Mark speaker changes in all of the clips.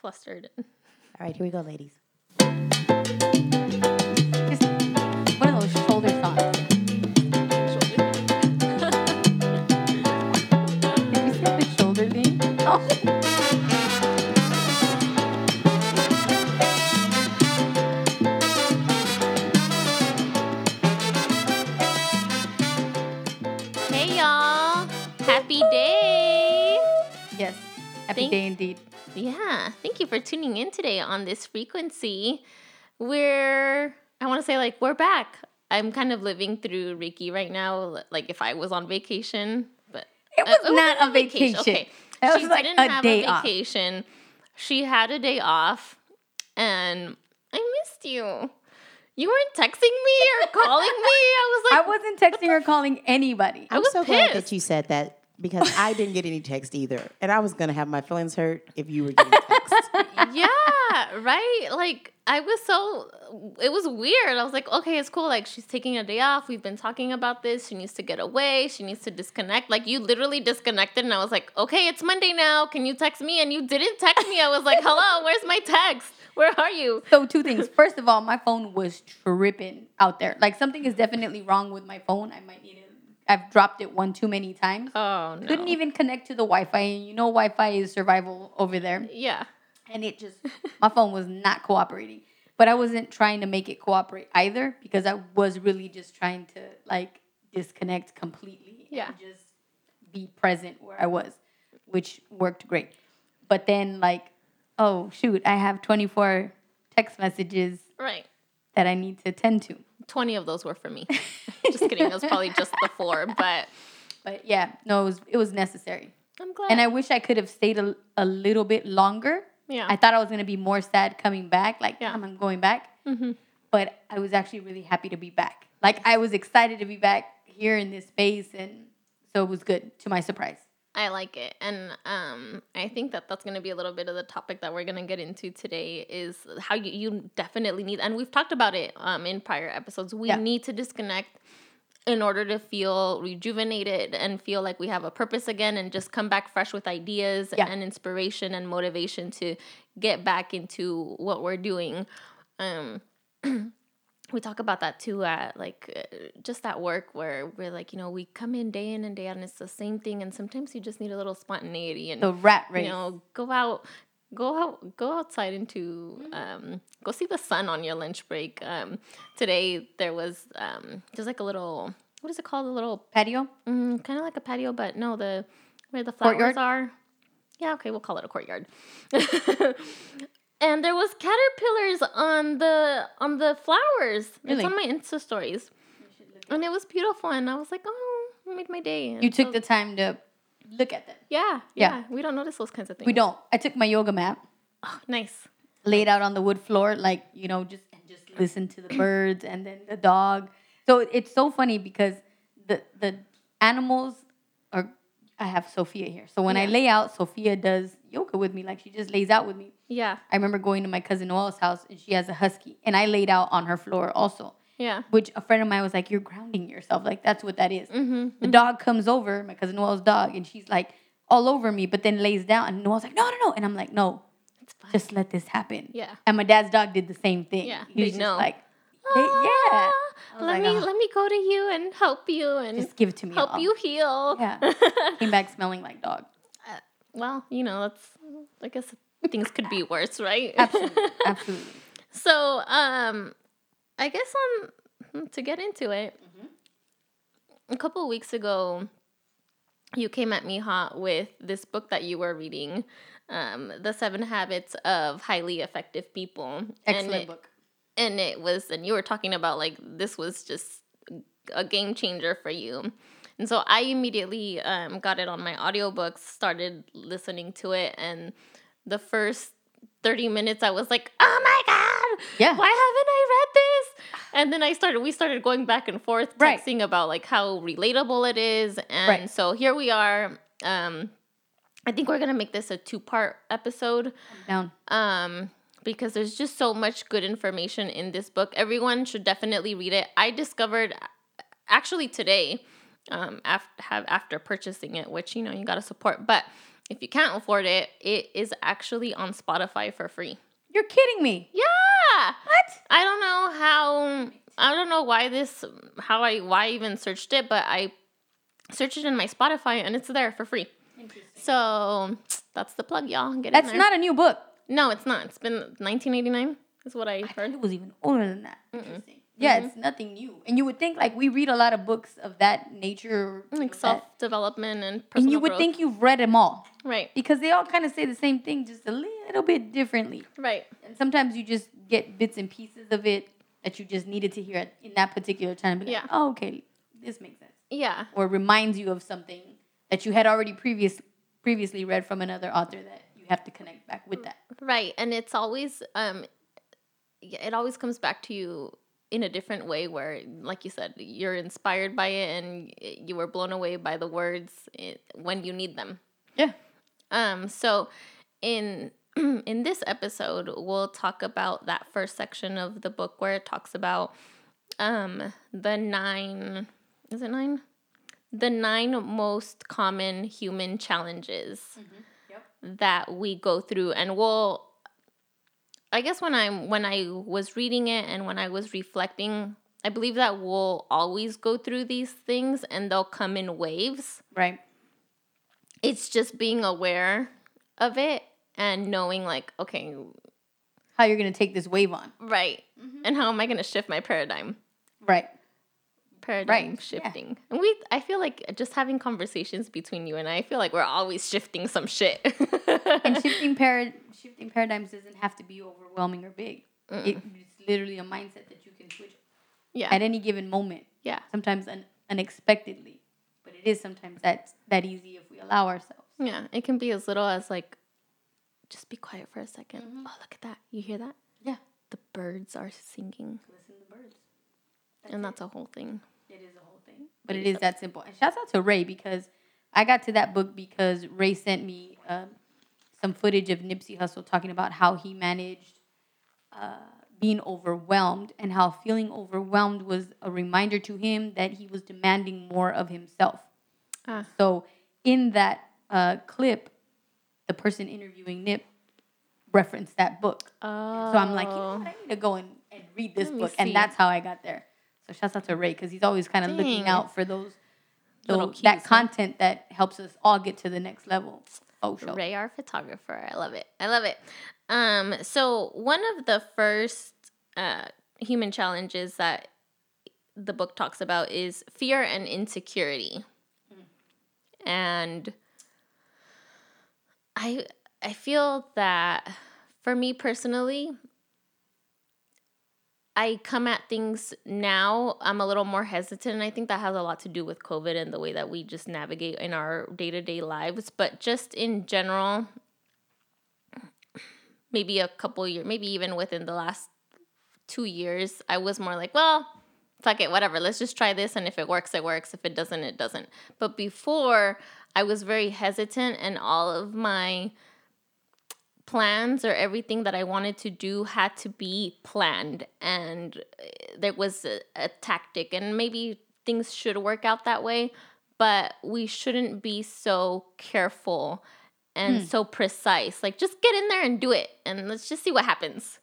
Speaker 1: flustered.
Speaker 2: All right, here we go, ladies.
Speaker 1: Just one of those shoulder thoughts. Did you say the shoulder thing? Oh. Hey y'all! Happy day!
Speaker 2: Yes. Happy
Speaker 1: Thank-
Speaker 2: day indeed.
Speaker 1: Yeah, thank you for tuning in today on this frequency. We're, I want to say, like, we're back. I'm kind of living through Reiki right now, l- like if I was on vacation, but
Speaker 2: It
Speaker 1: Uh,
Speaker 2: was
Speaker 1: wasn't
Speaker 2: not a vacation.
Speaker 1: Okay.
Speaker 2: It was
Speaker 1: she
Speaker 2: like
Speaker 1: didn't
Speaker 2: a
Speaker 1: have
Speaker 2: day
Speaker 1: a
Speaker 2: off.
Speaker 1: vacation. She had a day off, and I missed you. You weren't texting me or calling me. I was
Speaker 2: I
Speaker 1: like,
Speaker 2: wasn't texting or calling anybody.
Speaker 1: I
Speaker 2: I
Speaker 1: was
Speaker 3: so glad
Speaker 1: pissed.
Speaker 3: that you said that because I didn't get any text either, and I was gonna have my feelings hurt if you were getting text.
Speaker 1: yeah, right. Like I was so it was weird. I was like, okay, it's cool. Like she's taking a day off. We've been talking about this. She needs to get away. She needs to disconnect. Like you literally disconnected, and I was like, okay, it's Monday now. Can you text me? And you didn't text me. I was like, hello, where's my text? Where are you?
Speaker 2: so two things. First of all, my phone was tripping out there. Like something is definitely wrong with my phone. I might need it. I've dropped it one too many times.
Speaker 1: Oh no.
Speaker 2: Couldn't even connect to the Wi-Fi. And you know Wi-Fi is survival over there.
Speaker 1: Yeah.
Speaker 2: and it just my phone was not cooperating but i wasn't trying to make it cooperate either because i was really just trying to like disconnect completely
Speaker 1: Yeah.
Speaker 2: and just be present where i was which worked great but then like oh shoot i have 24 text messages
Speaker 1: Right.
Speaker 2: that i need to attend to
Speaker 1: 20 of those were for me. just kidding. It was probably just the four, but
Speaker 2: but yeah no it was it was necessary
Speaker 1: I'm glad.
Speaker 2: and i wish i could have stayed a, a little bit longer
Speaker 1: yeah.
Speaker 2: I thought I was gonna be more sad coming back, like
Speaker 1: Yeah. Mm-hmm.
Speaker 2: "Damn, I'm going back. But I was actually really happy to be back. Like I was excited to be back here in this space, and so it was good to my surprise.
Speaker 1: I like it. And um, I think that that's going to be a little bit of the topic that we're going to get into today is how you, you definitely need, and we've talked about it um, in prior episodes, we
Speaker 2: Yeah.
Speaker 1: need to disconnect in order to feel rejuvenated and feel like we have a purpose again and just come back fresh with ideas
Speaker 2: Yeah.
Speaker 1: and inspiration and motivation to get back into what we're doing. Um, we talk about that too at like uh, just at work where we're like you know we come in day in and day out and it's the same thing and sometimes you just need a little spontaneity and
Speaker 2: The rat
Speaker 1: you
Speaker 2: race.
Speaker 1: know go out go out go outside into um go see the sun on your lunch break um today there was um there's like a little what is it called a little
Speaker 2: Patio.
Speaker 1: Mm, kind of like a patio, but no, the where the flowers
Speaker 2: Courtyard?
Speaker 1: are. Yeah, okay, we'll call it a courtyard. and there was caterpillars on the on the flowers. It's
Speaker 2: Really?
Speaker 1: on my Insta stories, and it was beautiful. And I was like, oh, it made my day. And
Speaker 2: You took
Speaker 1: so-
Speaker 2: the time to look at them.
Speaker 1: yeah, yeah,
Speaker 2: Yeah.
Speaker 1: We don't notice those kinds of things.
Speaker 2: We don't. I took my yoga mat,
Speaker 1: Oh, nice.
Speaker 2: laid out on the wood floor, like you know, just and just listen to the birds and then the dog. So it's so funny because the the animals are. I have Sophia here, so when I
Speaker 1: Yeah.
Speaker 2: lay out, Sophia does yoga with me. Like she just lays out with me.
Speaker 1: Yeah,
Speaker 2: I remember going to my cousin Noel's house and she has a husky and I laid out on her floor also,
Speaker 1: yeah.
Speaker 2: which a friend of mine was like, You're grounding yourself. Like, that's what that is.
Speaker 1: Mm-hmm,
Speaker 2: The dog comes over, my cousin Noel's dog, and she's like all over me, but then lays down. And Noel's like, No, no, no. And I'm like, No,
Speaker 1: It's fine.
Speaker 2: just let this happen.
Speaker 1: Yeah.
Speaker 2: And my dad's dog did the same thing.
Speaker 1: Yeah,
Speaker 2: He was
Speaker 1: they
Speaker 2: just
Speaker 1: know.
Speaker 2: like, "Hey, Yeah.
Speaker 1: Ah,
Speaker 2: I was
Speaker 1: Let
Speaker 2: like,
Speaker 1: me
Speaker 2: "Ah,
Speaker 1: let me go to you and help you and
Speaker 2: Just give it to me.
Speaker 1: help
Speaker 2: all."
Speaker 1: you heal.
Speaker 2: Yeah. Came back smelling like dog.
Speaker 1: well, you know, that's I guess things could be worse, right?
Speaker 2: Absolutely. Absolutely.
Speaker 1: So, um, I guess on hmm, to get into it,
Speaker 2: Mm-hmm.
Speaker 1: a couple of weeks ago, you came at me hot with this book that you were reading, um, "The Seven Habits of Highly Effective People."
Speaker 2: Excellent
Speaker 1: and it,
Speaker 2: book.
Speaker 1: And it was, and you were talking about like this was just a game changer for you. And so I immediately um, got it on my audiobooks, started listening to it, and the first 30 minutes I was like, oh my God,
Speaker 2: Yeah.
Speaker 1: why haven't I read this? And then I started, we started going back and forth,
Speaker 2: Right.
Speaker 1: texting about like how relatable it is. And
Speaker 2: Right.
Speaker 1: so here we are. Um, I think we're going to make this a two part episode
Speaker 2: Down.
Speaker 1: um, because there's just so much good information in this book. Everyone should definitely read it. I discovered actually today um, after have, after purchasing it, which you know you gotta support, but If you can't afford it, it is actually on Spotify for free.
Speaker 2: You're kidding me.
Speaker 1: Yeah.
Speaker 2: What?
Speaker 1: I don't know how I don't know why this how I why I even searched it, but I searched it in my Spotify and it's there for free. So that's the plug, y'all. Get in
Speaker 2: That's
Speaker 1: there.
Speaker 2: not a new book.
Speaker 1: no, it's not. It's been 1989 is what I
Speaker 2: I heard
Speaker 1: heard. Mm-hmm.
Speaker 2: it was even older than that. Interesting. Yeah, it's nothing new. And you would think like we read a lot of books of that nature, you know,
Speaker 1: Like
Speaker 2: that-
Speaker 1: self development and personal
Speaker 2: and you would
Speaker 1: growth.
Speaker 2: think you've read them all
Speaker 1: right,
Speaker 2: because they all kind of say the same thing, just a little bit differently.
Speaker 1: right,
Speaker 2: And sometimes you just get bits and pieces of it that you just needed to hear at, in that particular time. Be like,
Speaker 1: Yeah.
Speaker 2: Oh, okay, this makes sense,
Speaker 1: yeah,
Speaker 2: or reminds you of something that you had already previous previously read from another author that you have to connect back with that.
Speaker 1: right. And it's always um, yeah, it always comes back to you in a different way where like you said you're inspired by it and y- you were blown away by the words eh, when you need them
Speaker 2: Yeah.
Speaker 1: Um, so in in this episode, we'll talk about that first section of the book where it talks about um the nine is it nine? The nine most common human challenges that we go through and we'll I guess when I'm when I was reading it and when I was reflecting, I believe that we'll always go through these things and they'll come in waves
Speaker 2: Right.
Speaker 1: it's just being aware of it and knowing like okay
Speaker 2: How you're gonna take this wave on?
Speaker 1: right Mm-hmm. and how am i going to shift my paradigm
Speaker 2: Right.
Speaker 1: paradigm
Speaker 2: Right, yeah.
Speaker 1: shifting and we i feel like just having conversations between you and i, I feel like we're always shifting some shit
Speaker 2: and shifting parad- shifting paradigms doesn't have to be overwhelming or big. It, it's literally a mindset that you can switch
Speaker 1: yeah
Speaker 2: at any given moment.
Speaker 1: yeah
Speaker 2: Sometimes un- unexpectedly, but it is sometimes that that easy if we allow ourselves.
Speaker 1: yeah it can be as little as like just be quiet for a 2nd oh look at that you hear that
Speaker 2: Yeah.
Speaker 1: the birds are singing
Speaker 2: Listen to birds.
Speaker 1: and that's a whole thing
Speaker 2: It is a whole thing, but it is that simple. And shouts out to Ray because I got to that book because Ray sent me um, some footage of Nipsey Hussle talking about how he managed uh, being overwhelmed and how feeling overwhelmed was a reminder to him that he was demanding more of himself.
Speaker 1: Ah.
Speaker 2: So in that uh, clip, the person interviewing Nip referenced that book.
Speaker 1: oh
Speaker 2: So I'm like, you know what? I need to go and, and read this
Speaker 1: Let me
Speaker 2: book,
Speaker 1: see.
Speaker 2: and that's how I got there. So shouts out to Ray because he's always kind of looking
Speaker 1: Dang.
Speaker 2: out for those,
Speaker 1: Little
Speaker 2: those- that
Speaker 1: cues, huh?
Speaker 2: content that helps us all get to the next level. Oh, show.
Speaker 1: Ray, our photographer. I love it. I love it. Um, so one of the first uh, human challenges that the book talks about is fear and insecurity, and I I feel that for me personally. I come at things now. I'm a little more hesitant, and I think that has a lot to do with COVID and the way that we just navigate in our day to day lives. But just in general, maybe a couple years, maybe even within the last two years, I was more like, well, fuck it, whatever. Let's just try this, and if it works, it works. If it doesn't, it doesn't. But before, I was very hesitant, and all of my plans or everything that I wanted to do had to be planned and uh, there was a, a tactic and maybe things should work out that way but we shouldn't be so careful and so precise like just get in there and do it and let's just see what happens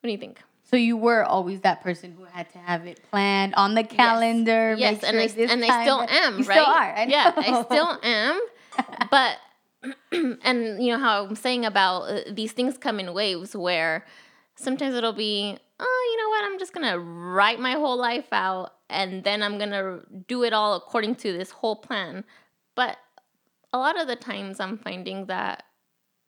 Speaker 1: what do you think
Speaker 2: So you were always that person who had to have it planned on the calendar.
Speaker 1: Yes,
Speaker 2: make
Speaker 1: and I
Speaker 2: sure this
Speaker 1: and I
Speaker 2: time
Speaker 1: still
Speaker 2: that-
Speaker 1: am,
Speaker 2: You
Speaker 1: right?
Speaker 2: still are. I
Speaker 1: yeah,
Speaker 2: know.
Speaker 1: I still am. But and you know how I'm saying about uh, these things come in waves where sometimes it'll be, oh, you know what? I'm just gonna write my whole life out, and then I'm gonna do it all according to this whole plan. But a lot of the times, I'm finding that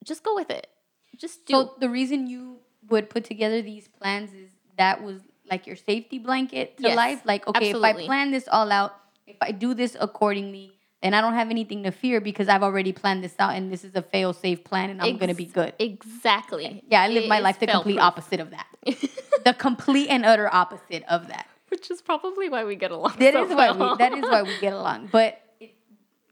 Speaker 1: just go with it. Just do.
Speaker 2: So the reason you would put together these plans is that was like your safety blanket to
Speaker 1: Yes,
Speaker 2: life. Like, okay, if I
Speaker 1: absolutely.
Speaker 2: plan this all out, if I do this accordingly, then I don't have anything to fear because I've already planned this out and this is a fail safe plan and I'm gonna be
Speaker 1: Ex-
Speaker 2: good.
Speaker 1: exactly.
Speaker 2: Yeah, I live
Speaker 1: It
Speaker 2: my
Speaker 1: is
Speaker 2: life the complete
Speaker 1: fail-proof.
Speaker 2: opposite of that. the complete and utter opposite of that.
Speaker 1: Which is probably why we get along.
Speaker 2: That
Speaker 1: so
Speaker 2: is why
Speaker 1: well.
Speaker 2: we that is why we get along. But it,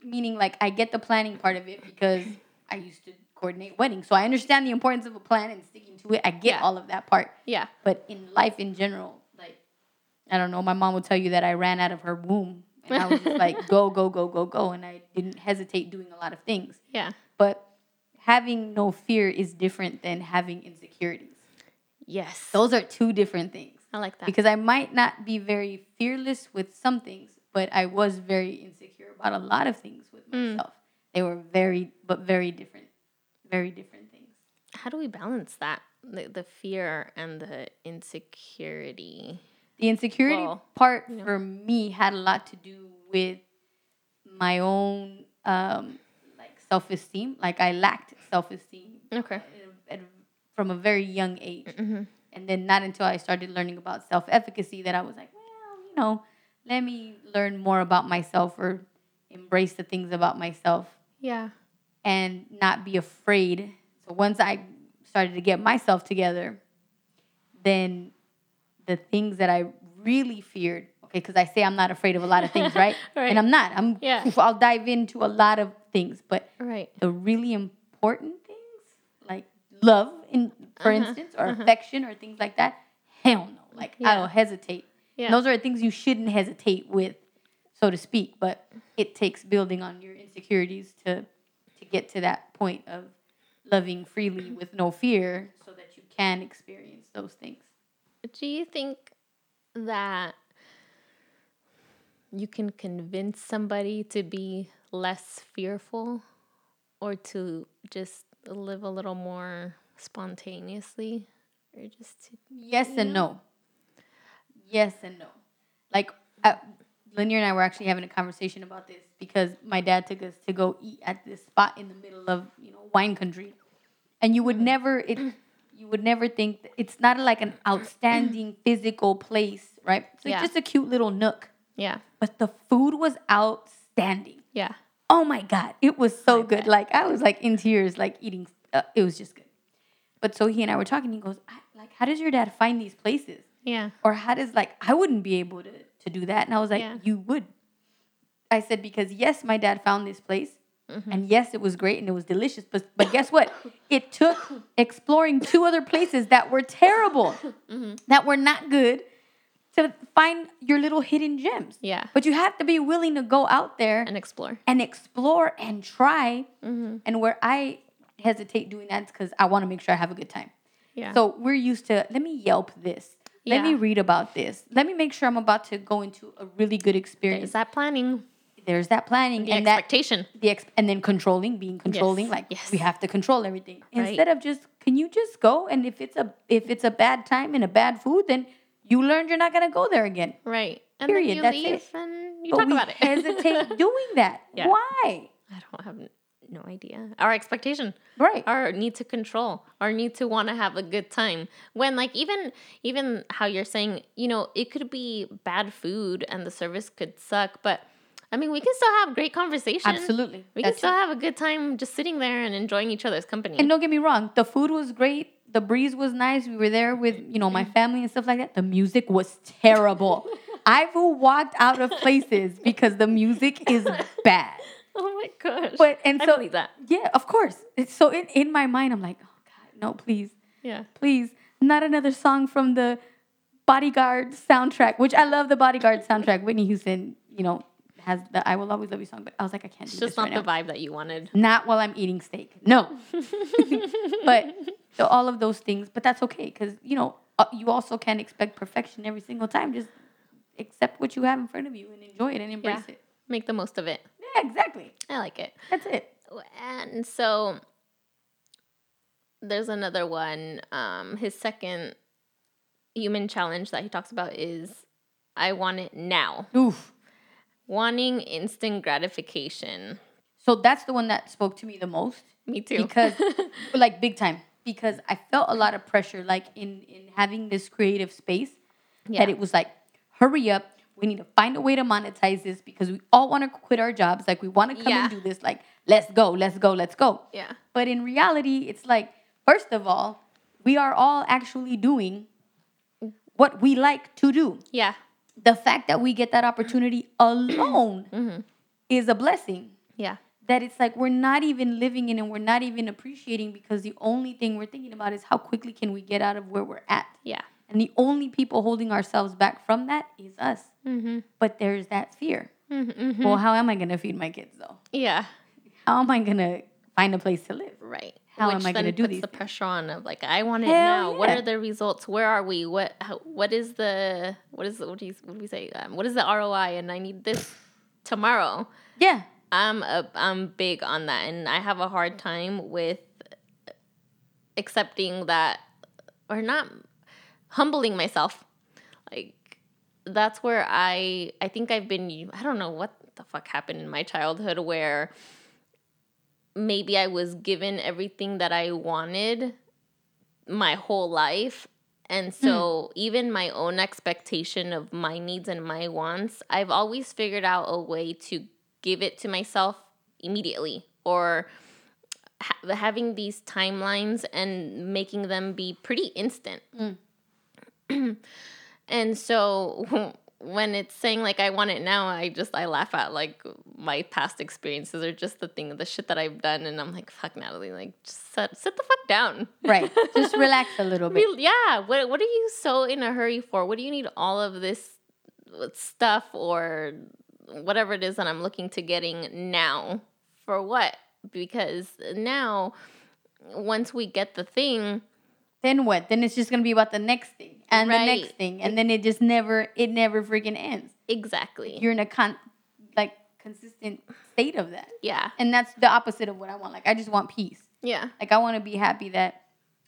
Speaker 2: meaning like I get the planning part of it because I used to coordinate weddings. So I understand the importance of a plan and sticking to it. I get
Speaker 1: Yeah.
Speaker 2: all of that part.
Speaker 1: yeah.
Speaker 2: But in life in general, like I don't know, my mom would tell you that I ran out of her womb and I was just like go go go go go and I didn't hesitate doing a lot of things.
Speaker 1: Yeah.
Speaker 2: But having no fear is different than having insecurities.
Speaker 1: Yes.
Speaker 2: Those are two different things.
Speaker 1: I like that.
Speaker 2: Because I might not be very fearless with some things, but I was very insecure about a lot of things with myself. They were very, but very different, very different things.
Speaker 1: How do we balance that? The, the fear and the insecurity.
Speaker 2: The insecurity
Speaker 1: Well,
Speaker 2: part for me had a lot to do with my own um, like self esteem. Like I lacked self esteem
Speaker 1: Okay.
Speaker 2: from a very young age, and then not until I started learning about self efficacy that I was like, well, you know, let me learn more about myself or embrace the things about myself
Speaker 1: Yeah.
Speaker 2: and not be afraid. So once I started to get myself together, then the things that I really feared, okay, because I say I'm not afraid of a lot of things, right?
Speaker 1: Right.
Speaker 2: And I'm not. I'm.
Speaker 1: Yeah.
Speaker 2: I'll dive into a lot of things, but
Speaker 1: Right.
Speaker 2: the really important things, like love, in for
Speaker 1: Uh-huh.
Speaker 2: instance, or affection, or things like that, hell no. Like
Speaker 1: Yeah.
Speaker 2: I'll hesitate.
Speaker 1: Yeah.
Speaker 2: And those are things you shouldn't hesitate with, so to speak. But it takes building on your insecurities to to get to that point of loving freely with no fear, so that you can experience those things.
Speaker 1: Do you think that you can convince somebody to be less fearful or to just live a little more spontaneously? Or just to,
Speaker 2: Yes and no. Yes and no. Like uh, Lanier and I were actually having a conversation about this because my dad took us to go eat at this spot in the middle of you know wine country, and you would never it you would never think that it's not like an outstanding physical place, right? So
Speaker 1: Yeah.
Speaker 2: it's just a cute little nook,
Speaker 1: yeah,
Speaker 2: but the food was outstanding.
Speaker 1: yeah,
Speaker 2: Oh my god, it was so good. Like I was like in tears, like eating. Uh, it was just good. But so he and I were talking. He goes, I, like, how does your dad find these places?
Speaker 1: yeah,
Speaker 2: or how does like I wouldn't be able to to do that? And I was like,
Speaker 1: Yeah.
Speaker 2: you would. I said because yes, my dad found this place,
Speaker 1: Mm-hmm.
Speaker 2: and yes, it was great and it was delicious. But but guess what? It took exploring two other places that were terrible,
Speaker 1: Mm-hmm.
Speaker 2: that were not good, to find your little hidden gems.
Speaker 1: Yeah.
Speaker 2: But you have to be willing to go out there
Speaker 1: and explore.
Speaker 2: and explore and try.
Speaker 1: Mm-hmm.
Speaker 2: And where I hesitate doing that is because I want to make sure I have a good time.
Speaker 1: Yeah.
Speaker 2: So we're used to let me Yelp this. Let me
Speaker 1: Yeah.
Speaker 2: read about this. Let me make sure I'm about to go into a really good
Speaker 1: is
Speaker 2: experience.
Speaker 1: that planning?
Speaker 2: There's that planning
Speaker 1: The
Speaker 2: and that
Speaker 1: expectation.
Speaker 2: the ex- and then controlling, being controlling. Like
Speaker 1: yes.
Speaker 2: we have to control everything
Speaker 1: Right.
Speaker 2: instead of just can you just go and if it's a if it's a bad time and a bad food, then you learned you're not gonna go there again.
Speaker 1: right. And
Speaker 2: Period,
Speaker 1: then you
Speaker 2: that's
Speaker 1: leave
Speaker 2: it.
Speaker 1: and you
Speaker 2: but
Speaker 1: talk
Speaker 2: we
Speaker 1: about it.
Speaker 2: hesitate doing that.
Speaker 1: Yeah.
Speaker 2: Why?
Speaker 1: I don't have n- no idea. Our expectation.
Speaker 2: Right.
Speaker 1: Our need to control. Our need to want to have a good time. When like even even how you're saying, you know, it could be bad food and the service could suck, but I mean, we can still have great conversation.
Speaker 2: Absolutely.
Speaker 1: We can
Speaker 2: That's
Speaker 1: still
Speaker 2: it.
Speaker 1: have a good time just sitting there and enjoying each other's company.
Speaker 2: And don't get me wrong, the food was great. The breeze was nice. We were there with, you know, my family and stuff like that. The music was terrible. I've walked out of places because the music is bad.
Speaker 1: oh my gosh.
Speaker 2: But and
Speaker 1: I
Speaker 2: so
Speaker 1: believe that.
Speaker 2: Yeah, of course. It's so in, in my mind I'm like, "Oh god, no, please.
Speaker 1: Yeah.
Speaker 2: Please, not another song from the Bodyguard soundtrack, which I love the Bodyguard soundtrack. Whitney Houston, you know, has the I Will Always Love You song, but I was like, I can't do
Speaker 1: It's
Speaker 2: this
Speaker 1: just
Speaker 2: right
Speaker 1: not
Speaker 2: now
Speaker 1: the vibe that you wanted.
Speaker 2: not while I'm eating steak. No. but so all of those things, but that's okay because, you know, uh, you also can't expect perfection every single time. Just accept what you have in front of you and enjoy it and embrace
Speaker 1: Yeah.
Speaker 2: it.
Speaker 1: Make the most of it.
Speaker 2: Yeah, exactly.
Speaker 1: I like it.
Speaker 2: That's it.
Speaker 1: and so there's another one um his second human challenge that he talks about is i want it now
Speaker 2: Oof.
Speaker 1: wanting instant gratification
Speaker 2: So that's the one that spoke to me the most.
Speaker 1: me too
Speaker 2: Because, like, big time. Because I felt a lot of pressure, like, in, in having this creative space
Speaker 1: yeah
Speaker 2: that it was like, hurry up. We need to find a way to monetize this because we all want to quit our jobs. Like, we want to come
Speaker 1: Yeah.
Speaker 2: and do this. Like, let's go, let's go, let's go.
Speaker 1: yeah
Speaker 2: But in reality, it's like, first of all, we are all actually doing what we like to do.
Speaker 1: yeah
Speaker 2: The fact that we get that opportunity alone
Speaker 1: Mm-hmm.
Speaker 2: is a blessing.
Speaker 1: yeah
Speaker 2: That it's like we're not even living in and we're not even appreciating because the only thing we're thinking about is how quickly can we get out of where we're at.
Speaker 1: yeah
Speaker 2: And the only people holding ourselves back from that is us. But Mm-hmm, there's that fear. Well, how am I going to feed my kids though?
Speaker 1: yeah
Speaker 2: How am I going to find a place to live.
Speaker 1: Right.
Speaker 2: How
Speaker 1: Which
Speaker 2: am I
Speaker 1: then
Speaker 2: gonna do
Speaker 1: puts
Speaker 2: these
Speaker 1: the
Speaker 2: things?
Speaker 1: pressure on of like I want it
Speaker 2: Hell
Speaker 1: now. What
Speaker 2: yeah.
Speaker 1: are the results? Where are we? What how, what is the what is what do you what do we say? Um, what is the ROI? And I need this tomorrow.
Speaker 2: Yeah.
Speaker 1: I'm a, I'm big on that, and I have a hard time with accepting that or not humbling myself. Like that's where I I think I've been I don't know what the fuck happened in my childhood where maybe I was given everything that I wanted my whole life. And so, even my own expectation of my needs and my wants, I've always figured out a way to give it to myself immediately or ha- having these timelines and making them be pretty instant. and so, when it's saying like I want it now, I just I laugh at like my past experiences or just the thing, the shit that I've done, and I'm like, fuck, Natalie, like just sit, sit the fuck down.
Speaker 2: Right. Just relax a little bit.
Speaker 1: Real- yeah. What What are you so in a hurry for? What do you need all of this uh, stuff or whatever it is that I'm looking to getting now? For what? Because now, once we get the thing,
Speaker 2: Then what? Then it's just gonna be about the next thing and the
Speaker 1: Right.
Speaker 2: next thing. And then it just never it never freaking ends.
Speaker 1: exactly.
Speaker 2: You're in a con like consistent state of that.
Speaker 1: yeah.
Speaker 2: And that's the opposite of what I want. Like I just want peace.
Speaker 1: Yeah.
Speaker 2: Like I want to be happy that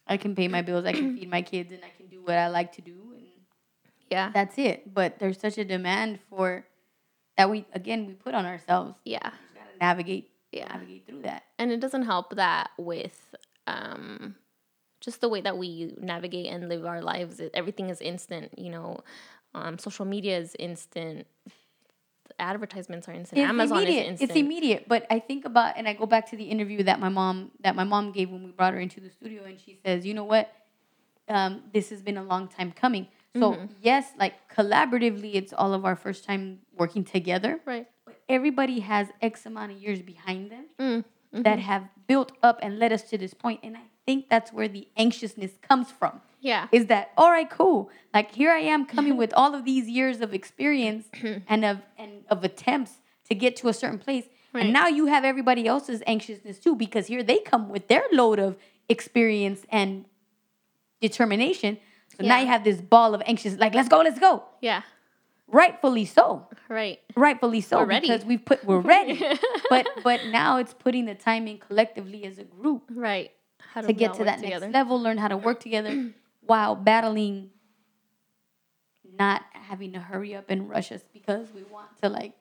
Speaker 2: I can pay my bills, I can feed my kids, and I can do what I like to do, and
Speaker 1: Yeah.
Speaker 2: that's it. But there's such a demand for that we again we put on ourselves.
Speaker 1: Yeah.
Speaker 2: We gotta navigate,
Speaker 1: Yeah.
Speaker 2: navigate through that.
Speaker 1: and it doesn't help that with um just the way that we navigate and live our lives It- everything is instant you know um social media is instant advertisements are instant amazon
Speaker 2: immediate.
Speaker 1: is instant
Speaker 2: It's immediate. But I think about and I go back to the interview that my mom that my mom gave when we brought her into the studio, and she says, "You know what? Um, this has been a long time coming." So
Speaker 1: Mm-hmm.
Speaker 2: yes, like collaboratively, it's all of our first time working together.
Speaker 1: right
Speaker 2: But everybody has X amount of years behind them
Speaker 1: Mm,
Speaker 2: that have built up and led us to this point, and I think that's where the anxiousness comes from
Speaker 1: yeah
Speaker 2: is that all right cool like here i am coming with all of these years of experience and of and of attempts to get to a certain place
Speaker 1: Right.
Speaker 2: and now you have everybody else's anxiousness too because here they come with their load of experience and determination so now
Speaker 1: Yeah.
Speaker 2: you have this ball of anxious like let's go let's go
Speaker 1: yeah
Speaker 2: rightfully so
Speaker 1: right
Speaker 2: rightfully so
Speaker 1: We're ready.
Speaker 2: because we've put we're ready but but now it's putting the time in collectively as a group
Speaker 1: right How do we
Speaker 2: to
Speaker 1: all
Speaker 2: get to
Speaker 1: work
Speaker 2: that next level, learn how to work together while battling not having to hurry up and rush us because we want to like,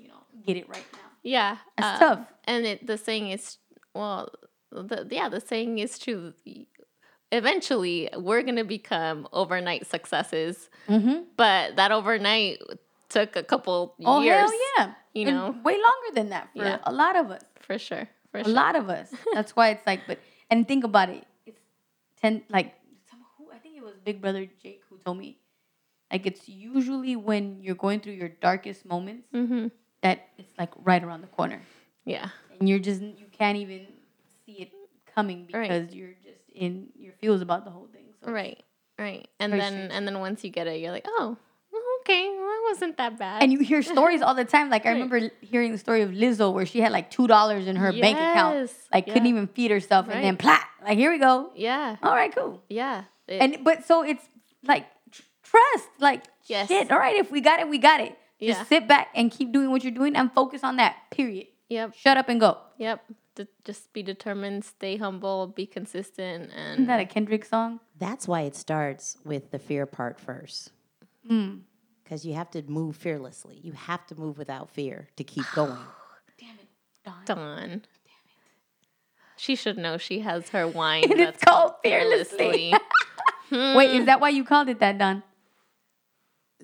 Speaker 2: you know, get it right now.
Speaker 1: Yeah,
Speaker 2: That's
Speaker 1: um,
Speaker 2: tough.
Speaker 1: And it, the saying is, well, the, yeah, the saying is true. Eventually, we're gonna become overnight successes, but that overnight took a couple
Speaker 2: Mm-hmm. Oh
Speaker 1: years.
Speaker 2: hell yeah.
Speaker 1: you
Speaker 2: And
Speaker 1: know.
Speaker 2: way longer than that for
Speaker 1: Yeah.
Speaker 2: a lot of us.
Speaker 1: for sure, for
Speaker 2: A
Speaker 1: sure.
Speaker 2: lot of us. That's why it's like but and think about it. It's ten like some, who I think it was Big Brother Jake who told me. Like it's usually when you're going through your darkest moments
Speaker 1: hmm
Speaker 2: that it's like right around the corner.
Speaker 1: Yeah,
Speaker 2: and you're just you can't even see it coming
Speaker 1: Right.
Speaker 2: because you're just in your feels about the whole thing. So it's-
Speaker 1: right, right. And
Speaker 2: Very
Speaker 1: then
Speaker 2: strange.
Speaker 1: and then once you get it, you're like, oh, okay, well, that wasn't that bad.
Speaker 2: And you hear stories all the time. Like I
Speaker 1: Right.
Speaker 2: remember l- hearing the story of Lizzo where she had like two dollars in her bank account,
Speaker 1: Yes,
Speaker 2: like couldn't
Speaker 1: yeah.
Speaker 2: even feed herself, and then
Speaker 1: Right.
Speaker 2: plat, like here we go.
Speaker 1: yeah,
Speaker 2: All right, cool.
Speaker 1: yeah. It-
Speaker 2: And but so it's like tr- trust, like
Speaker 1: Yes.
Speaker 2: shit. All right, if we got it, we got it. Just
Speaker 1: Yeah.
Speaker 2: sit back and keep doing what you're doing and focus on that. Period.
Speaker 1: yep,
Speaker 2: Shut up and go.
Speaker 1: yep. D- just be determined, stay humble, be consistent,
Speaker 2: Isn't
Speaker 1: and
Speaker 2: that a Kendrick song?
Speaker 3: That's why it starts with the fear part first.
Speaker 2: Hmm.
Speaker 3: Because you have to move fearlessly. You have to move without fear to keep going.
Speaker 2: Damn it, Dawn.
Speaker 1: Dawn. She should know she has her wine.
Speaker 2: And it's called Fearlessly. Wait,
Speaker 1: Mm.
Speaker 2: is that why you called it that, Don?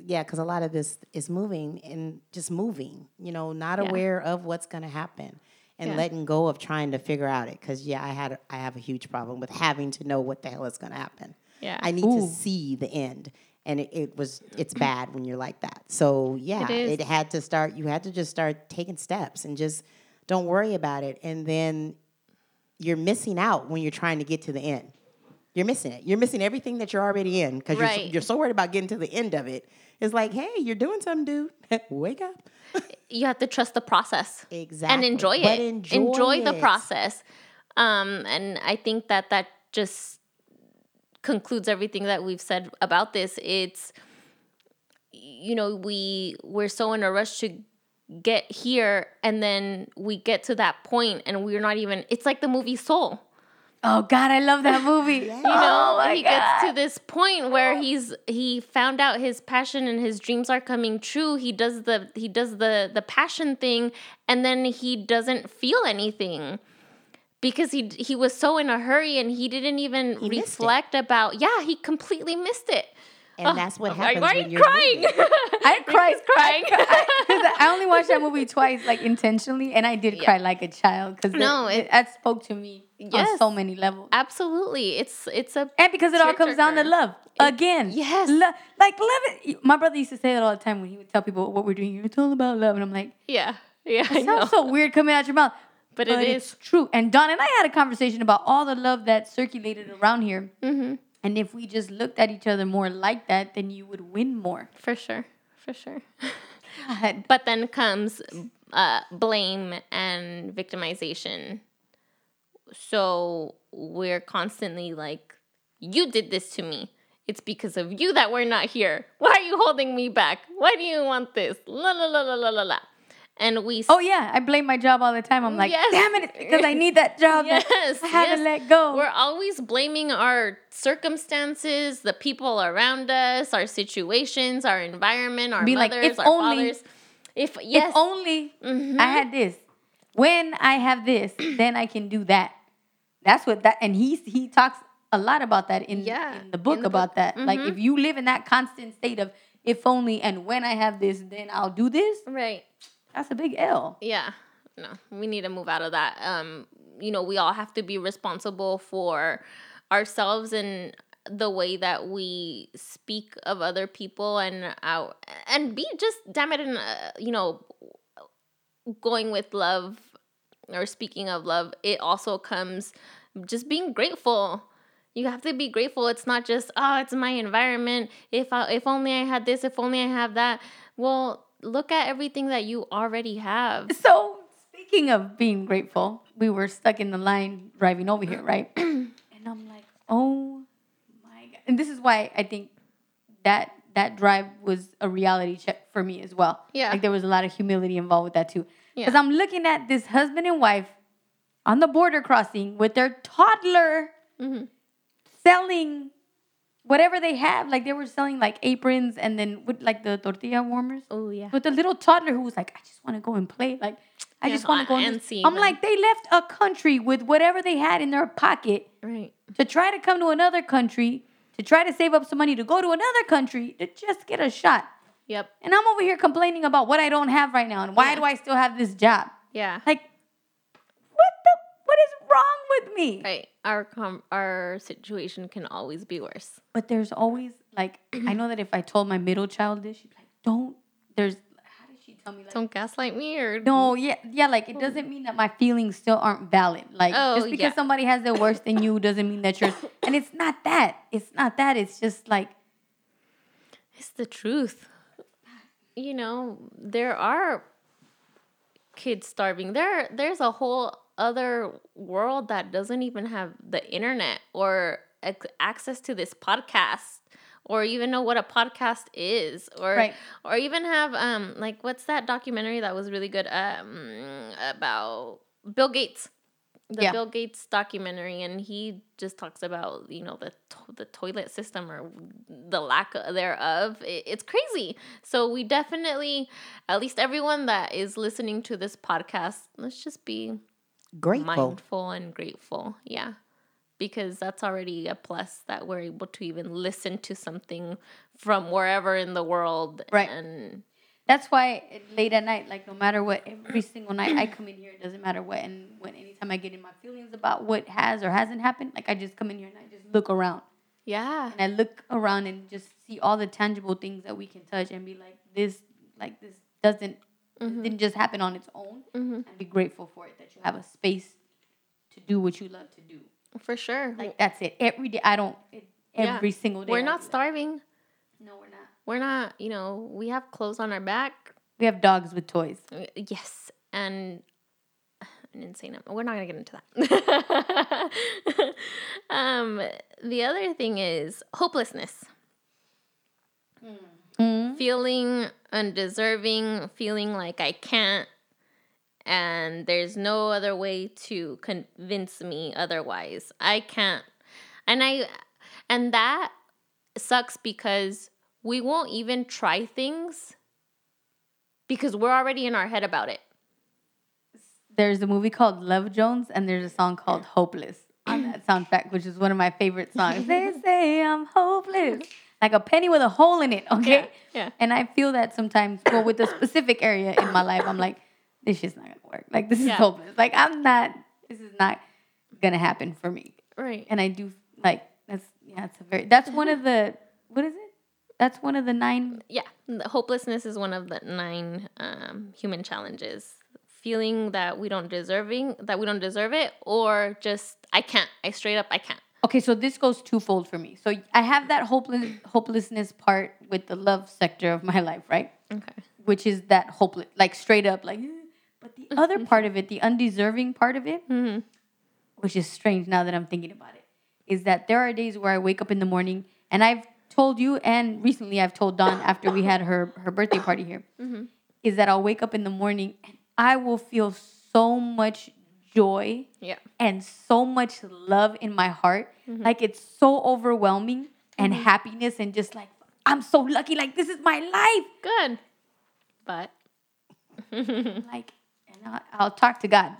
Speaker 3: Yeah, because a lot of this is moving and just moving, you know, not aware of what's going to happen and
Speaker 1: Yeah.
Speaker 3: letting go of trying to figure out it. Because, yeah, I, had, a- I have a huge problem with having to know what the hell is going to happen.
Speaker 1: Yeah.
Speaker 3: I need
Speaker 2: Ooh.
Speaker 3: to see the end. And it, it was it's bad when you're like that. So yeah,
Speaker 1: is.
Speaker 3: it had to start you had to just start taking steps and just don't worry about it. And then you're missing out when you're trying to get to the end. You're missing it. You're missing everything that you're already in because you're,
Speaker 1: Right.
Speaker 3: so, you're so worried about getting to the end of it. It's like, hey, you're doing something, dude. Wake up.
Speaker 1: you have to trust the process
Speaker 3: Exactly.
Speaker 1: and enjoy it.
Speaker 3: But enjoy
Speaker 1: the
Speaker 3: it.
Speaker 1: process. Um, and I think that that just concludes everything that we've said about this. It's you know we we're so in a rush to get here and then we get to that point and we're not even it's like the movie soul
Speaker 2: Oh God, I love that movie.
Speaker 3: Yeah.
Speaker 2: You
Speaker 1: you know
Speaker 3: Oh
Speaker 2: know, uh,
Speaker 1: he gets to this point where he's he found out his passion and his dreams are coming true he does the he does the the passion thing and then he doesn't feel anything because he he was so in a hurry and he didn't even
Speaker 3: He missed it.
Speaker 1: reflect about yeah he completely missed it
Speaker 3: And that's what
Speaker 1: Why-
Speaker 3: happens
Speaker 1: why are
Speaker 3: when
Speaker 1: you
Speaker 3: you're
Speaker 1: crying
Speaker 3: leaving.
Speaker 2: I cried,
Speaker 1: crying.
Speaker 2: I, I only watched that movie twice, like intentionally, and I did
Speaker 1: Yeah.
Speaker 2: cry like a child because
Speaker 1: No,
Speaker 2: it,
Speaker 1: it-
Speaker 2: that spoke to me on
Speaker 1: Yes.
Speaker 2: so many levels.
Speaker 1: absolutely it's it's a
Speaker 2: And because it all comes down to
Speaker 1: Tearjerker.
Speaker 2: love again.
Speaker 1: yes.
Speaker 2: Lo- like love it. My brother used to say that all the time when he would tell people what we're doing. here, It's all about love, and I'm like,
Speaker 1: yeah yeah I
Speaker 2: it
Speaker 1: know.
Speaker 2: sounds so weird coming out your mouth,
Speaker 1: But it
Speaker 2: it's true. And Don and I had a conversation about all the love that circulated around here,
Speaker 1: mm-hmm.
Speaker 2: and if we just looked at each other more like that, then you would win more.
Speaker 1: for sure for sure
Speaker 2: God.
Speaker 1: But then comes uh, blame and victimization. So we're constantly like, you did this to me. It's because of you that we're not here. Why are you holding me back? Why do you want this? La la la la la la la. And we.
Speaker 2: Oh yeah, I blame my job all the time. I'm like,
Speaker 1: Mm, Yes.
Speaker 2: damn it, it's because I need that job. that
Speaker 1: Yes,
Speaker 2: I haven't
Speaker 1: yes.
Speaker 2: let go.
Speaker 1: We're always blaming our circumstances, the people around us, our situations, our environment, our
Speaker 2: Be like,
Speaker 1: mothers,
Speaker 2: if
Speaker 1: our
Speaker 2: only-
Speaker 1: fathers. If yes, Mm-hmm.
Speaker 2: If only I had this. When I have this, then I can do that. That's what that and he he talks a lot about that in,
Speaker 1: Yeah,
Speaker 2: in the book
Speaker 1: in the
Speaker 2: about
Speaker 1: book. Mm-hmm.
Speaker 2: that. Like if you live in that constant state of if only and when I have this, then I'll do this,
Speaker 1: right.
Speaker 2: that's a big L.
Speaker 1: Yeah. No, we need to move out of that. Um, you know, we all have to be responsible for ourselves and the way that we speak of other people and our and be just damn it and uh, you know going with love or speaking of love it also comes just being grateful you have to be grateful it's not just oh it's my environment if I, if only i had this if only i have that well look at everything that you already have
Speaker 2: So speaking of being grateful, we were stuck in the line driving over here, right? and I'm like, oh my god! And this is why I think that that drive was a reality check for me as well.
Speaker 1: Yeah.
Speaker 2: like there was a lot of humility involved with that too. Because
Speaker 1: Yeah.
Speaker 2: I'm looking at this husband and wife on the border crossing with their toddler
Speaker 1: Mhm.
Speaker 2: selling whatever they have. Like they were selling like aprons and then with like the tortilla warmers
Speaker 1: oh yeah
Speaker 2: with the little toddler who was like, I just want to go and play. Like, I
Speaker 1: Yeah, uh,
Speaker 2: just want to go. And do
Speaker 1: and
Speaker 2: this."
Speaker 1: see
Speaker 2: I'm
Speaker 1: them.
Speaker 2: like, they left a country with whatever they had in their pocket
Speaker 1: right
Speaker 2: to try to come to another country, to try to save up some money to go to another country to just get a shot.
Speaker 1: yep
Speaker 2: And I'm over here complaining about what I don't have right now and why
Speaker 1: Yeah.
Speaker 2: do I still have this job?
Speaker 1: yeah
Speaker 2: Like, what the? What is wrong with me?
Speaker 1: right our com- our situation can always be worse
Speaker 2: But there's always like, I know that if I told my middle child this, she'd be like, don't. There's how did she tell me? Like,
Speaker 1: don't gaslight me or
Speaker 2: No, yeah, yeah. Like it doesn't mean that my feelings still aren't valid. Like
Speaker 1: Oh,
Speaker 2: just because
Speaker 1: yeah.
Speaker 2: somebody has it worse than you doesn't mean that yours. And it's not that. It's not that. It's just like
Speaker 1: It's the truth. You know, there are kids starving. There there's a whole other world that doesn't even have the internet or ac- access to this podcast or even know what a podcast is or
Speaker 2: Right.
Speaker 1: or even have um like what's that documentary that was really good um about Bill Gates the
Speaker 2: Yeah.
Speaker 1: Bill Gates documentary, and he just talks about you know the to- the toilet system or the lack thereof. It, it's crazy. So we definitely, at least everyone that is listening to this podcast, let's just be
Speaker 3: Grateful.
Speaker 1: mindful and grateful. Yeah. Because that's already a plus that we're able to even listen to something from wherever in the world.
Speaker 2: Right.
Speaker 1: And
Speaker 2: that's why at- late at night, like no matter what, every single night I come in here, it doesn't matter what, and when anytime I get in my feelings about what has or hasn't happened, like I just come in here and I just look around
Speaker 1: yeah.
Speaker 2: and I look around and just see all the tangible things that we can touch and be like this, like this doesn't
Speaker 1: Mhm.
Speaker 2: it didn't just happen on its own.
Speaker 1: Mhm.
Speaker 2: and be grateful for it that you have a space to do what you love to do.
Speaker 1: For sure.
Speaker 2: Like that's it. Every day I don't. It,
Speaker 1: Yeah.
Speaker 2: every single day. I
Speaker 1: we're
Speaker 2: do
Speaker 1: not
Speaker 2: that.
Speaker 1: starving.
Speaker 2: No, we're not.
Speaker 1: We're not, you know, we have clothes on our back.
Speaker 2: We have dogs with toys.
Speaker 1: Uh, Yes, and Uh, an insane amount. We're not gonna get into that. um, the other thing is hopelessness. Mm-hmm. Feeling undeserving, feeling like I can't, and there's no other way to convince me otherwise. I can't, and I, and that sucks because we won't even try things because we're already in our head about it.
Speaker 2: There's a movie called Love Jones, and there's a song called Hopeless on that soundtrack, which is one of my favorite songs. they say I'm hopeless, like a penny with a hole in it. Okay.
Speaker 1: yeah.
Speaker 2: And I feel that sometimes, well, with a specific area in my life, I'm like, this shit's not gonna work. Like this is
Speaker 1: Yeah.
Speaker 2: hopeless. Like I'm not. This is not gonna happen for me.
Speaker 1: Right.
Speaker 2: And I do like that's yeah. It's a very that's one of the what is it? That's one of the nine.
Speaker 1: yeah, the hopelessness is one of the nine um, human challenges. Feeling that we don't deserving that we don't deserve it, or just I can't. I straight up I can't.
Speaker 2: Okay, so this goes twofold for me. So I have that hopeless hopelessness part with the love sector of my life, right?
Speaker 1: Okay.
Speaker 2: Which is that hopeless, like straight up, like. "Eh." But the other part of it, the undeserving part of it,
Speaker 1: Mhm.
Speaker 2: which is strange now that I'm thinking about it, is that there are days where I wake up in the morning and I've told you, and recently I've told Dawn after we had her her birthday party here, is that I'll wake up in the morning and I will feel so much joy
Speaker 1: Yeah.
Speaker 2: and so much love in my heart. Like it's so overwhelming and happiness and just like I'm so lucky. Like this is my life.
Speaker 1: Good. But
Speaker 2: Like and I'll, I'll talk to God.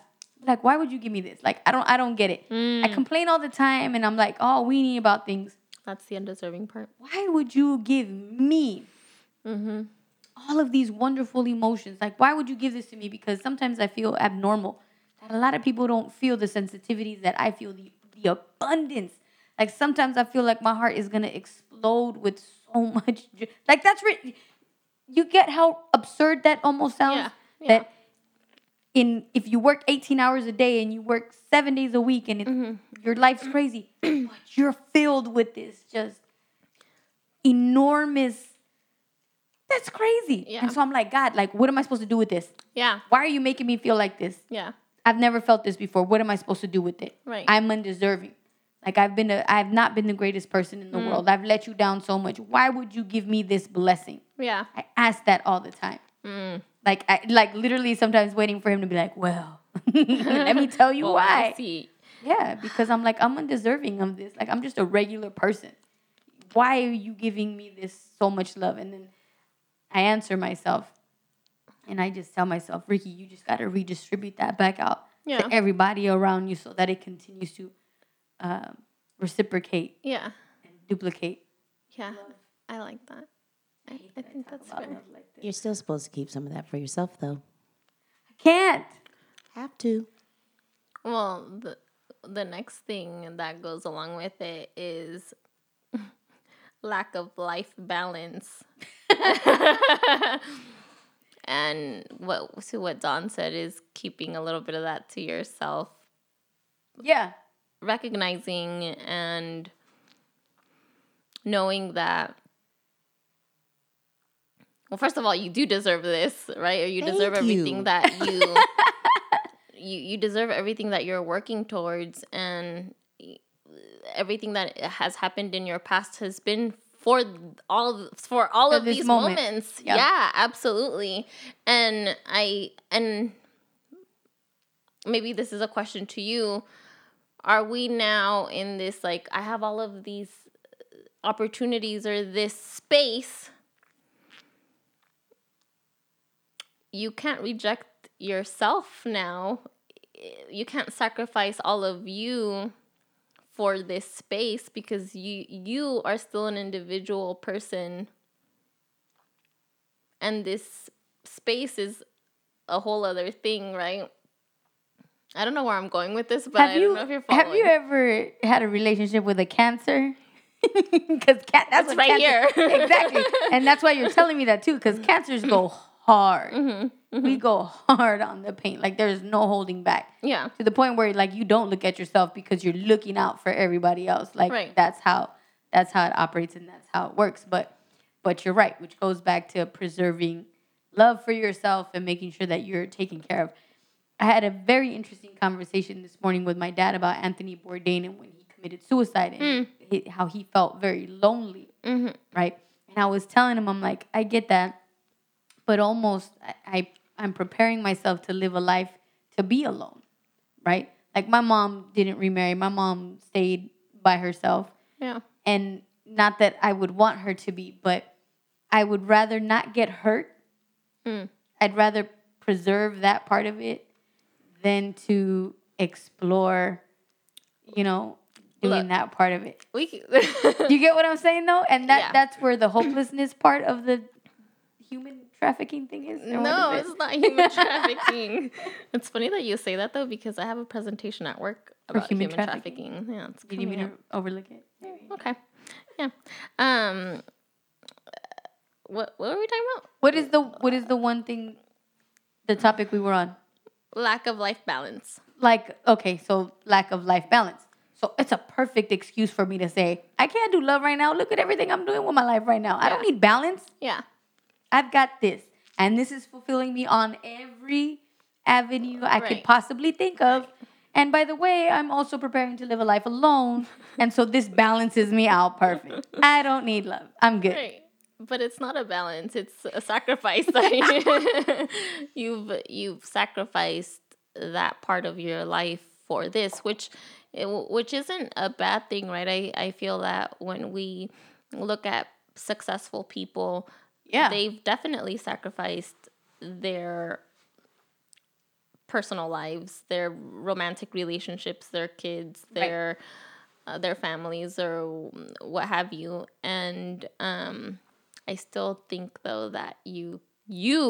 Speaker 2: Like why would you give me this? Like I don't I don't get it. I complain all the time and I'm like all weenie about things.
Speaker 1: that's the undeserving part.
Speaker 2: Why would you give me
Speaker 1: Mhm.
Speaker 2: all of these wonderful emotions? Like why would you give this to me? Because sometimes I feel abnormal. That a lot of people don't feel the sensitivities that I feel the, the abundance. Like sometimes I feel like my heart is gonna explode with so much. jo- Like that's re- you get how absurd that almost sounds.
Speaker 1: Yeah, yeah.
Speaker 2: That in if you work eighteen hours a day and you work seven days a week and it's
Speaker 1: Mm-hmm.
Speaker 2: your life's crazy, but you're filled with this just enormous. That's crazy.
Speaker 1: Yeah.
Speaker 2: And so I'm like, God, like, what am I supposed to do with this?
Speaker 1: Yeah.
Speaker 2: Why are you making me feel like this?
Speaker 1: Yeah.
Speaker 2: I've never felt this before. What am I supposed to do with it?
Speaker 1: Right.
Speaker 2: I'm undeserving. Like I've been a I've not been the greatest person
Speaker 1: Mm.
Speaker 2: in the world. I've let you down so much. Why would you give me this blessing?
Speaker 1: Yeah.
Speaker 2: I ask that all the time.
Speaker 1: Mm.
Speaker 2: Like I like literally sometimes waiting for him to be like, "Well, let me tell you
Speaker 1: Oh, I
Speaker 2: why."
Speaker 1: see.
Speaker 2: Yeah, because I'm like I'm undeserving of this. Like I'm just a regular person. Why are you giving me this so much love? And then I answer myself, and I just tell myself, Ricky, you just got to redistribute that back out
Speaker 1: Yeah.
Speaker 2: to everybody around you so that it continues to um, reciprocate
Speaker 1: Yeah.
Speaker 2: and duplicate.
Speaker 1: Yeah. I like that. I, I think that's
Speaker 2: About
Speaker 1: fair.
Speaker 2: love like this.
Speaker 3: You're still supposed to keep some of that for yourself, though.
Speaker 2: Can't.
Speaker 3: Have to.
Speaker 1: Well, the, the next thing that goes along with it is lack of life balance. and what to what Don said is keeping a little bit of that to yourself,
Speaker 2: Yeah.
Speaker 1: recognizing and knowing that well, first of all, you do deserve this, right? Or you deserve
Speaker 3: Thank
Speaker 1: everything
Speaker 3: you.
Speaker 1: that you you you deserve everything that you're working towards and everything that has happened in your past has been for all for all
Speaker 2: For
Speaker 1: of
Speaker 2: this
Speaker 1: these
Speaker 2: moment.
Speaker 1: moments.
Speaker 2: Yeah.
Speaker 1: yeah, absolutely. And I and maybe this is a question to you. Are we now in this like I have all of these opportunities or this space? You can't reject yourself now. You can't sacrifice all of you for this space because you you are still an individual person and this space is a whole other thing, right? I don't know where I'm going with this, but I
Speaker 2: have
Speaker 1: don't
Speaker 2: you
Speaker 1: know if you're following.
Speaker 2: have you ever had a relationship with a cancer? Because cat,
Speaker 1: It's
Speaker 2: that's what
Speaker 1: right
Speaker 2: cancer-
Speaker 1: here.
Speaker 2: exactly, and that's why you're telling me that too. Because cancers go hard.
Speaker 1: Mm-hmm.
Speaker 2: We go hard on the paint. Like there's no holding back
Speaker 1: yeah.
Speaker 2: to the point where like you don't look at yourself because you're looking out for everybody else. Like
Speaker 1: Right.
Speaker 2: that's how that's how it operates and that's how it works. But but you're right, which goes back to preserving love for yourself and making sure that you're taken care of. I had a very interesting conversation this morning with my dad about Anthony Bourdain and when he committed suicide and
Speaker 1: Mm.
Speaker 2: he- how he felt very lonely,
Speaker 1: Mm-hmm.
Speaker 2: right? And I was telling him, I'm like, I get that, but almost I, I I'm preparing myself to live a life to be alone, right? Like my mom didn't remarry. My mom stayed by herself
Speaker 1: Yeah.
Speaker 2: and not that I would want her to be, but I would rather not get hurt.
Speaker 1: Mm.
Speaker 2: I'd rather preserve that part of it than to explore, you know, doing
Speaker 1: Look.
Speaker 2: that part of it.
Speaker 1: We
Speaker 2: Do you get what I'm saying though? And that
Speaker 1: Yeah.
Speaker 2: that's where the hopelessness part of the human trafficking thing is. or what
Speaker 1: No,
Speaker 2: is it?
Speaker 1: it's not human trafficking. it's funny that you say that though, because I have a presentation at work
Speaker 2: For
Speaker 1: about
Speaker 2: human
Speaker 1: human,
Speaker 2: trafficking.
Speaker 1: trafficking. Yeah, it's
Speaker 2: Did you mean
Speaker 1: coming
Speaker 2: to
Speaker 1: up.
Speaker 2: overlook it? Maybe.
Speaker 1: okay. Yeah. Um. What What were we talking about?
Speaker 2: What is the what is the one thing the topic we were on?
Speaker 1: Lack of life balance.
Speaker 2: like okay so lack of life balance so it's a perfect excuse for me to say i can't do love right now look at everything i'm doing with my life right now i don't
Speaker 1: Yeah.
Speaker 2: need balance
Speaker 1: Yeah.
Speaker 2: i've got this and this is fulfilling me on every avenue i could
Speaker 1: Right.
Speaker 2: possibly think of and by the way i'm also preparing to live a life alone and so this balances me out perfect i don't need love i'm good
Speaker 1: Right. But it's not a balance. It's a sacrifice. that you- you've you've sacrificed that part of your life for this, which eh, which isn't a bad thing, right? I I feel that when we look at successful people,
Speaker 2: yeah
Speaker 1: they've definitely sacrificed their personal lives, their romantic relationships, their kids,
Speaker 2: Right.
Speaker 1: their uh, their families, or what have you. And um, I still think though that you you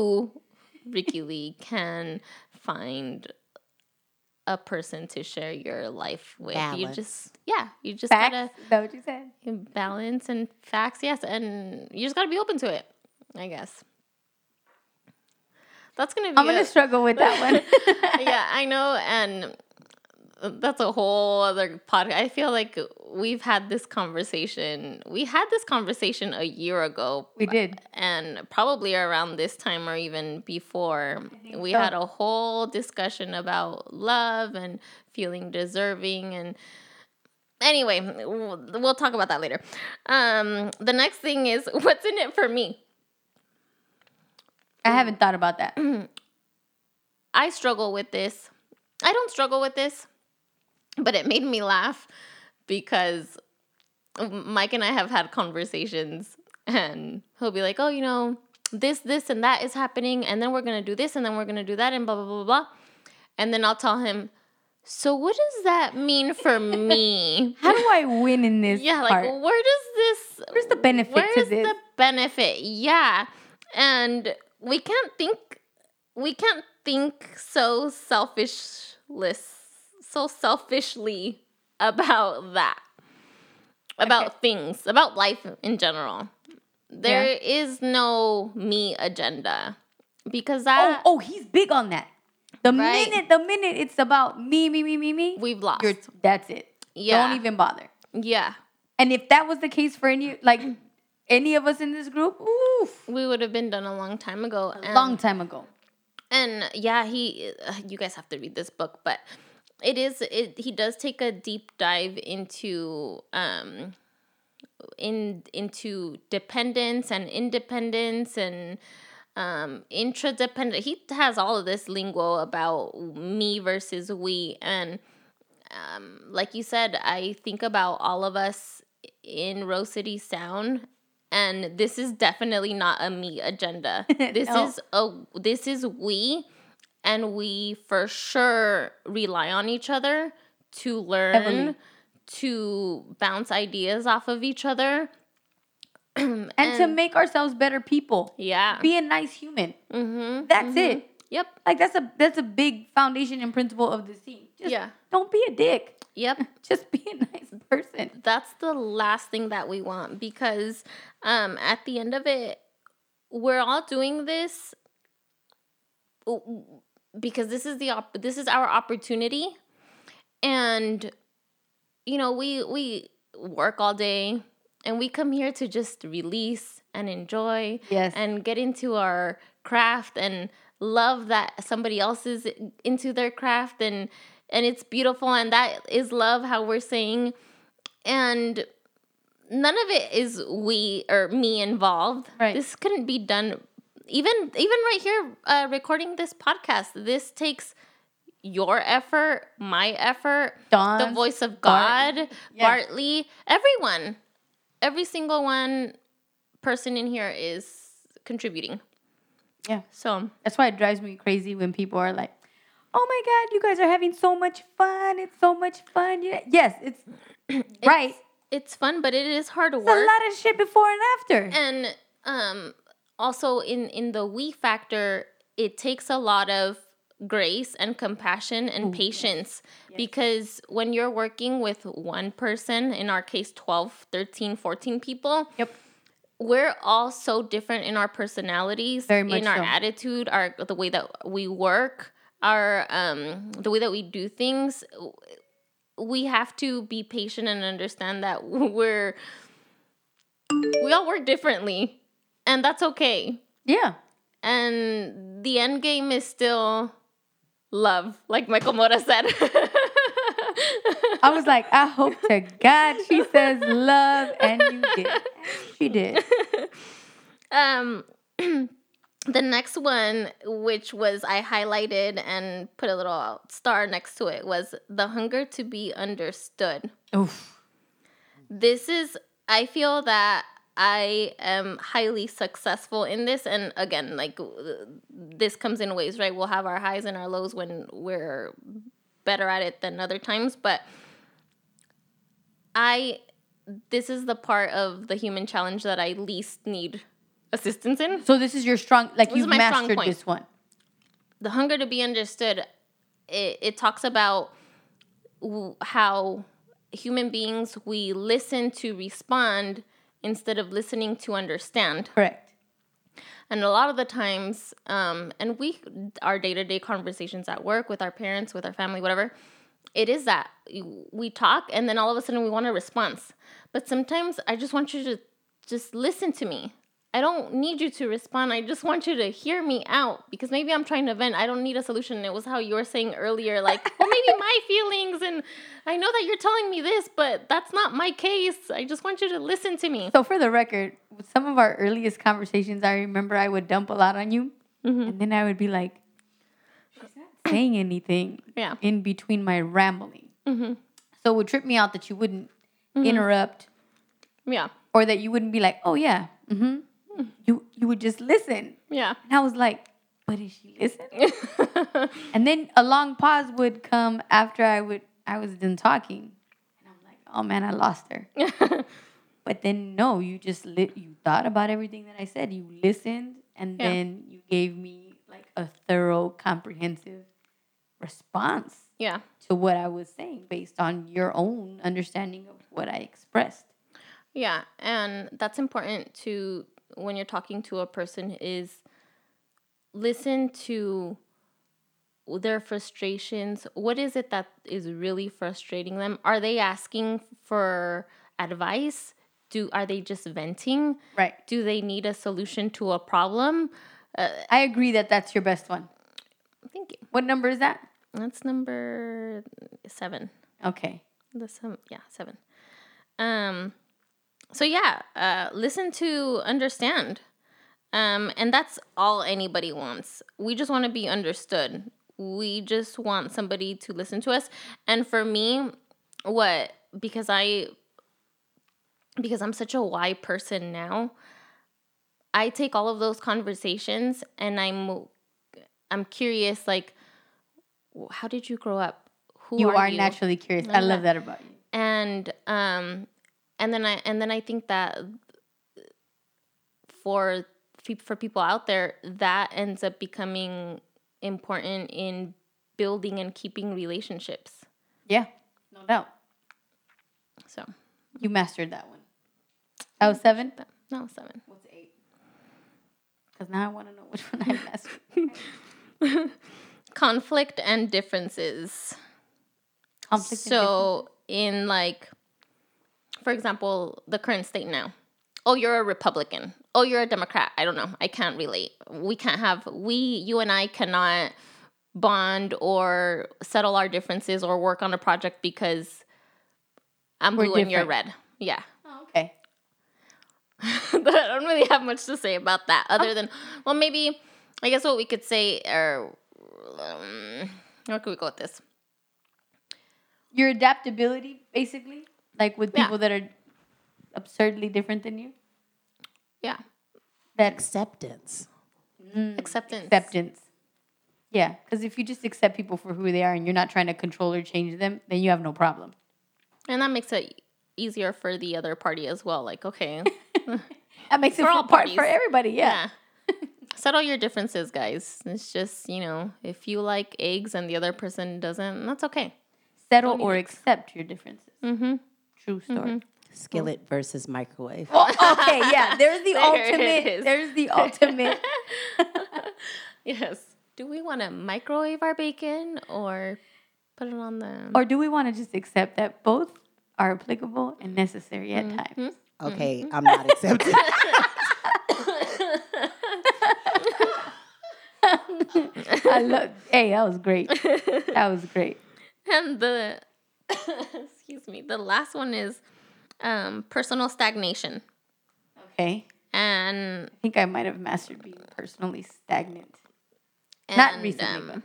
Speaker 1: Ricky Lee can find a person to share your life with. You
Speaker 3: Balance.
Speaker 1: just yeah, you just
Speaker 2: facts
Speaker 1: gotta
Speaker 2: is that what you said
Speaker 1: balance and facts yes and you just got to be open to it i guess that's gonna be
Speaker 2: i'm gonna
Speaker 1: a-
Speaker 2: struggle with that one
Speaker 1: yeah i know and that's a whole other podcast i feel like we've had this conversation we had this conversation a year ago
Speaker 2: we did
Speaker 1: and probably around this time or even before
Speaker 2: think
Speaker 1: we
Speaker 2: so.
Speaker 1: had a whole discussion about love and feeling deserving and anyway we'll, we'll talk about that later um the next thing is what's in it for me
Speaker 2: i haven't thought about that
Speaker 1: i struggle with this i don't struggle with this but it made me laugh because Mike and I have had conversations, and he'll be like, "Oh, you know, this, this, and that is happening, and then we're gonna do this, and then we're gonna do that, and blah blah blah blah," and then I'll tell him, "So what does that mean for me?"
Speaker 2: How do I win in this?
Speaker 1: yeah, like oh,
Speaker 2: part?
Speaker 1: where does this?
Speaker 2: Where's the benefit to
Speaker 1: Where's
Speaker 2: this?
Speaker 1: the benefit? Yeah, and we can't think, we can't think so selfishless, so selfishly about that, about things, about life in general. There is no me agenda because
Speaker 2: oh,
Speaker 1: that
Speaker 2: oh, he's big on that. The
Speaker 1: uh, Right.
Speaker 2: minute, the minute it's about me, me, me, me, me,
Speaker 1: we've lost.
Speaker 2: you're, that's it.
Speaker 1: Yeah.
Speaker 2: Don't even bother.
Speaker 1: yeah,
Speaker 2: And if that was the case for any, like any of us in this group, oof,
Speaker 1: we would have been done a long time ago. and-
Speaker 2: long time ago.
Speaker 1: and yeah he uh, you guys have to read this book but it is it he does take a deep dive into um in into dependence and independence and um intradependent he has all of this lingo about me versus we and um like you said i think about all of us in rose city sound and this is definitely not a me agenda this
Speaker 2: No.
Speaker 1: is a this is we and we for sure rely on each other to learn
Speaker 2: Heavily.
Speaker 1: to bounce ideas off of each other and,
Speaker 2: And, to make ourselves better people,
Speaker 1: um, yeah
Speaker 2: be a nice human.
Speaker 1: mm-hmm.
Speaker 2: That's it.
Speaker 1: yep
Speaker 2: Like that's a that's a big foundation and principle of this team. Just
Speaker 1: Yeah.
Speaker 2: Don't be a dick.
Speaker 1: yep
Speaker 2: Just be a nice person.
Speaker 1: that's the last thing that we want because um at the end of it we're all doing this w- w- because this is the op- this is our opportunity and you know we we work all day and we come here to just release and enjoy
Speaker 2: Yes.
Speaker 1: and get into our craft and love that somebody else is into their craft and and it's beautiful and that is love how we're saying and none of it is we or me involved
Speaker 2: Right.
Speaker 1: this couldn't be done even even right here uh, recording this podcast this takes your effort my effort the
Speaker 2: Dawn's
Speaker 1: voice of
Speaker 2: Bart-
Speaker 1: god
Speaker 2: Yes.
Speaker 1: bartley everyone every single one person in here is contributing
Speaker 2: Yeah.
Speaker 1: so
Speaker 2: That's why it drives me crazy when people are like, "Oh my God, you guys are having so much fun! It's so much fun!" Yeah. Yes, it's right.
Speaker 1: it's fun but it is hard
Speaker 2: It's a
Speaker 1: work
Speaker 2: lot of shit before and after.
Speaker 1: and um also in in the we factor it takes a lot of grace and compassion and patience because when you're working with one person in our case 12 13 14 people
Speaker 2: Yep.
Speaker 1: we're all so different in our personalities
Speaker 2: Very much
Speaker 1: in our
Speaker 2: so.
Speaker 1: attitude our the way that we work our um the way that we do things we have to be patient and understand that we're we all work differently and that's okay
Speaker 2: Yeah.
Speaker 1: and the end game is still love like michael mora said
Speaker 2: I was like, I hope to God she says love, and you did. And She did.
Speaker 1: um the next one which was i highlighted and put a little star next to it was the hunger to be understood
Speaker 2: Oof.
Speaker 1: this is i feel that i am highly successful in this and again like w- this comes in waves right we'll have our highs and our lows when we're better at it than other times but i this is the part of the human challenge that i least need assistance in
Speaker 2: So this is your strong, like
Speaker 1: This
Speaker 2: you
Speaker 1: is my strong
Speaker 2: mastered
Speaker 1: point.
Speaker 2: this one.
Speaker 1: the hunger to be understood it, it talks about w- how human beings we listen to respond instead of listening to understand
Speaker 2: Correct.
Speaker 1: and a lot of the times um, and we our day-to-day conversations at work with our parents with our family whatever it is that you- we talk and then all of a sudden we want a response but sometimes i just want you to just listen to me i don't need you to respond i just want you to hear me out because maybe i'm trying to vent i don't need a solution it was how you were saying earlier like well maybe my feelings and i know that you're telling me this but that's not my case i just want you to listen to me
Speaker 2: So for the record, with some of our earliest conversations, I remember I would dump a lot on you,
Speaker 1: Mm-hmm.
Speaker 2: and then I would be like, "She's not saying anything."
Speaker 1: yeah
Speaker 2: in between my rambling. So it would trip me out that you wouldn't interrupt
Speaker 1: yeah
Speaker 2: or that you wouldn't be like, oh yeah, hmm you you would just listen.
Speaker 1: yeah
Speaker 2: And I was like, but is she listening? and then a long pause would come after I would I was done talking, and I'm like, oh man, I lost her. but then no, you just lit. You thought about everything that I said. You listened, and
Speaker 1: Yeah.
Speaker 2: then you gave me like a thorough, comprehensive response
Speaker 1: yeah
Speaker 2: to what I was saying based on your own understanding of what I expressed.
Speaker 1: Yeah, and that's important to when you're talking to a person is listen to their frustrations. What is it that is really frustrating them? Are they asking for advice? Do are they just venting?
Speaker 2: Right.
Speaker 1: Do they need a solution to a problem?
Speaker 2: I agree that that's your best one.
Speaker 1: Thank you.
Speaker 2: What number is that?
Speaker 1: That's number 7.
Speaker 2: Okay.
Speaker 1: the seven yeah seven um so yeah uh listen to understand um and that's all anybody wants we just want to be understood we just want somebody to listen to us and for me what because i because i'm such a why person now i take all of those conversations and i'm i'm curious like w- how did you grow up who
Speaker 2: you are, naturally curious. I love that about you.
Speaker 1: and um and then i and then i think that for pe- for people out there that ends up becoming important in building and keeping relationships
Speaker 2: Yeah. No doubt.
Speaker 1: so
Speaker 2: You mastered that one. That was seven?
Speaker 1: that, that was seven
Speaker 2: What's eight? Because now I want to know which one I mastered.
Speaker 1: conflict and differences
Speaker 2: Conflict and
Speaker 1: so in like for example the current state now oh, you're a Republican. Oh, you're a Democrat. I don't know. I can't relate. We can't have, we, you and I cannot bond or settle our differences or work on a project because I'm
Speaker 2: We're
Speaker 1: blue and you're
Speaker 2: different.
Speaker 1: red. Yeah.
Speaker 2: Oh, okay.
Speaker 1: but I don't really have much to say about that other than, well, maybe, I guess what we could say, or, um, where could we go with this?
Speaker 2: Your adaptability, basically, like with
Speaker 1: Yeah.
Speaker 2: people that are absurdly different than you.
Speaker 1: Yeah.
Speaker 2: That
Speaker 3: Acceptance.
Speaker 1: Acceptance.
Speaker 2: Mm. acceptance. Yeah, because if you just accept people for who they are and you're not trying to control or change them, then you have no problem.
Speaker 1: And that makes it easier for the other party as well. Like, okay,
Speaker 2: That makes it
Speaker 1: For
Speaker 2: for
Speaker 1: all
Speaker 2: part for
Speaker 1: parties.
Speaker 2: everybody. Yeah.
Speaker 1: yeah. Settle your differences, guys. It's just, you know, if you like eggs and the other person doesn't, that's okay.
Speaker 2: settle or accept your differences.
Speaker 1: Mm-hmm.
Speaker 2: True story.
Speaker 3: Skillet versus microwave.
Speaker 2: Well, okay, yeah. There's the
Speaker 1: There it
Speaker 2: ultimate.
Speaker 1: is.
Speaker 2: There's the ultimate.
Speaker 1: Yes. Do we want to microwave our bacon or put it on the.
Speaker 2: or do we want to just accept that both are applicable and necessary at
Speaker 1: Mm-hmm.
Speaker 2: times?
Speaker 3: Okay, I'm not accepting.
Speaker 2: I love. Hey, that was great. That was great.
Speaker 1: and the. excuse me. The last one is um, personal stagnation.
Speaker 2: Okay,
Speaker 1: And.
Speaker 2: I think I might have mastered being personally stagnant.
Speaker 1: and
Speaker 2: Not recently.
Speaker 1: um,
Speaker 2: but-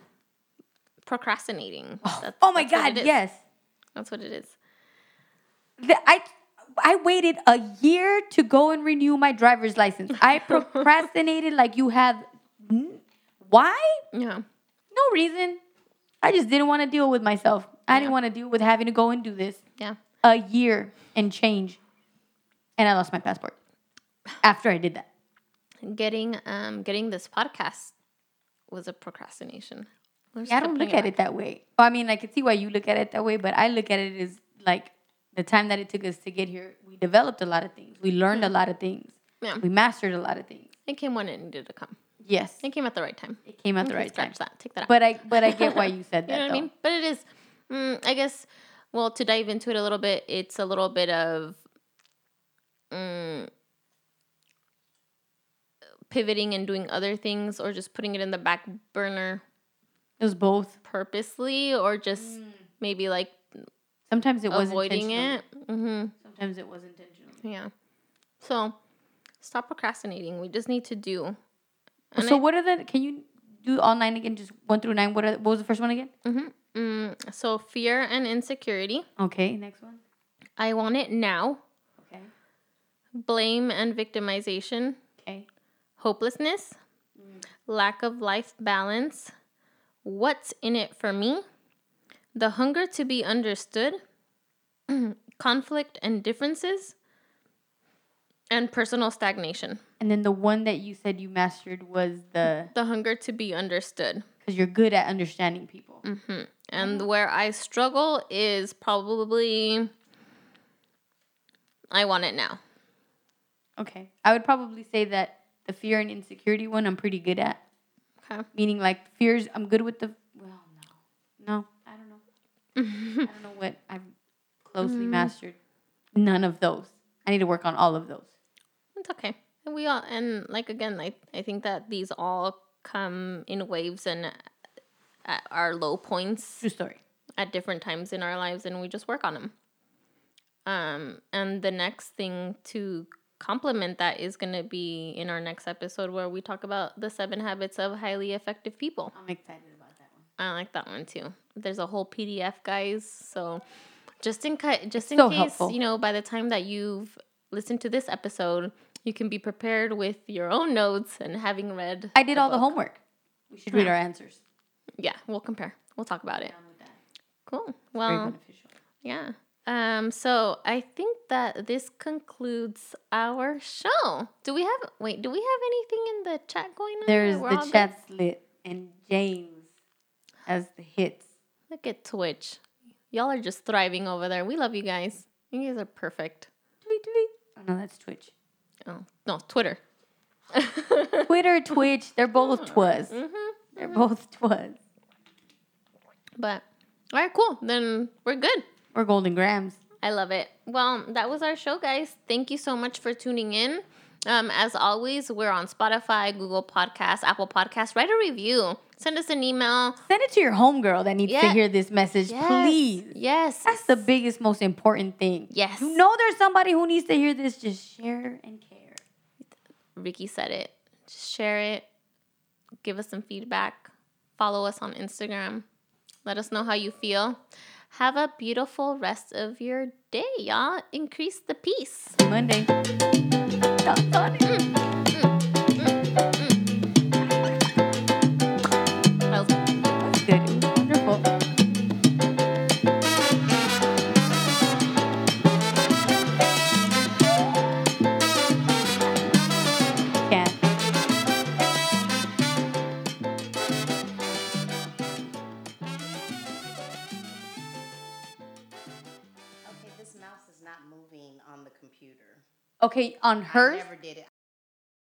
Speaker 1: procrastinating. That's-
Speaker 2: oh my
Speaker 1: that's what
Speaker 2: God!
Speaker 1: it is.
Speaker 2: Yes,
Speaker 1: That's what it is.
Speaker 2: The- I I waited a year to go and renew my driver's license. I procrastinated like you have. n- Why?
Speaker 1: Yeah.
Speaker 2: no reason. I just didn't want to deal with myself. I didn't want to deal with having to go and do this
Speaker 1: Yeah.
Speaker 2: a year and change. And I lost my passport after I did that.
Speaker 1: Getting um getting this podcast was a procrastination. We're just
Speaker 2: Yeah, I
Speaker 1: gonna
Speaker 2: don't
Speaker 1: bring
Speaker 2: look at it
Speaker 1: back.
Speaker 2: that way. I mean, I could see why you look at it that way, but I look at it as like the time that it took us to get here. We developed a lot of things. We learned a lot of things.
Speaker 1: Yeah.
Speaker 2: We mastered a lot of things.
Speaker 1: It came when it needed to come.
Speaker 2: Yes,
Speaker 1: It came at the right time.
Speaker 2: it came out the
Speaker 1: Okay,
Speaker 2: right time.
Speaker 1: scratch that. Take that out.
Speaker 2: But I, but I get why you said that.
Speaker 1: you know what
Speaker 2: though.
Speaker 1: I mean? But it is mm, I guess well to dive into it a little bit, it's a little bit of mm, pivoting and doing other things or just putting it in the back burner
Speaker 2: It was both.
Speaker 1: purposely or just maybe like
Speaker 2: Sometimes Mm. it was
Speaker 1: avoiding
Speaker 2: intentional.
Speaker 1: it. Mm-hmm.
Speaker 2: Sometimes it was intentional.
Speaker 1: Yeah. So stop procrastinating. We just need to do. And
Speaker 2: So
Speaker 1: I-
Speaker 2: what are the? Can you do all nine again? Just one through nine. What are? What was the first one again?
Speaker 1: Mm, so fear and insecurity.
Speaker 2: Okay, next one.
Speaker 1: I want it now.
Speaker 2: Okay.
Speaker 1: Blame and victimization.
Speaker 2: Okay.
Speaker 1: Hopelessness. Lack of life balance. What's in it for me? The hunger to be understood. conflict and differences. And personal stagnation.
Speaker 2: And then the one that you said you mastered was the
Speaker 1: The hunger to be understood.
Speaker 2: because you're good at understanding people.
Speaker 1: Mm-hmm. And where I struggle is probably I want it now.
Speaker 2: Okay. I would probably say that the fear and insecurity one I'm pretty good at.
Speaker 1: Okay.
Speaker 2: Meaning like fears I'm good with the well no. No, I don't know. I don't know what I've closely
Speaker 1: Mm.
Speaker 2: mastered. None of those. I need to work on all of those.
Speaker 1: It's okay. And we all and like again, I I think that these all come in waves and at our low points
Speaker 2: True story.
Speaker 1: at different times in our lives and we just work on them. Um and the next thing to complement that is going to be in our next episode where we talk about the seven habits of highly effective people.
Speaker 2: I'm excited about that one.
Speaker 1: I like that one too. There's a whole PDF, guys. So just in ca- just in
Speaker 2: so
Speaker 1: case,
Speaker 2: helpful.
Speaker 1: you know, by the time that you've listened to this episode, you can be prepared with your own notes and having read.
Speaker 2: I did all the
Speaker 1: book.
Speaker 2: homework. We should read our answers.
Speaker 1: Yeah, we'll compare. We'll talk about it.
Speaker 2: Done with that.
Speaker 1: Cool.
Speaker 2: Very
Speaker 1: Well,
Speaker 2: beneficial.
Speaker 1: yeah. Um. So I think that this concludes our show. Do we have? Wait. Do we have anything in the chat going on? or
Speaker 2: There's
Speaker 1: we're all
Speaker 2: the
Speaker 1: good?
Speaker 2: chat's lit and James as the hits.
Speaker 1: Look at Twitch. Y'all are just thriving over there. We love you guys. You guys are perfect.
Speaker 2: Tweet tweet. Oh no, that's Twitch.
Speaker 1: Oh, no, Twitter.
Speaker 2: Twitter, Twitch, they're
Speaker 1: Hmm.
Speaker 2: both twas.
Speaker 1: Mm-hmm.
Speaker 2: They're both twas.
Speaker 1: But all right, cool. Then we're good.
Speaker 2: We're golden grams.
Speaker 1: I love it. Well, that was our show, guys. Thank you so much for tuning in. Um, as always, we're on Spotify, Google Podcasts, Apple Podcasts. Write a review. Send us an email.
Speaker 2: Send it to your homegirl that needs to
Speaker 1: Yeah.
Speaker 2: hear this message,
Speaker 1: Yes.
Speaker 2: please.
Speaker 1: Yes.
Speaker 2: That's the biggest, most important thing.
Speaker 1: Yes.
Speaker 2: You know there's somebody who needs to hear this. Just share and care.
Speaker 1: Ricky said it. Just share it. Give us some feedback. Follow us on Instagram. Let us know how you feel. Have a beautiful rest of your day, y'all. Increase the peace.
Speaker 2: Monday. Dunk on it.
Speaker 1: I was-
Speaker 2: That's good. It was wonderful. Yeah.
Speaker 3: this mouse is not moving on the computer.
Speaker 2: Okay, on
Speaker 3: I
Speaker 2: hers.
Speaker 3: never did it.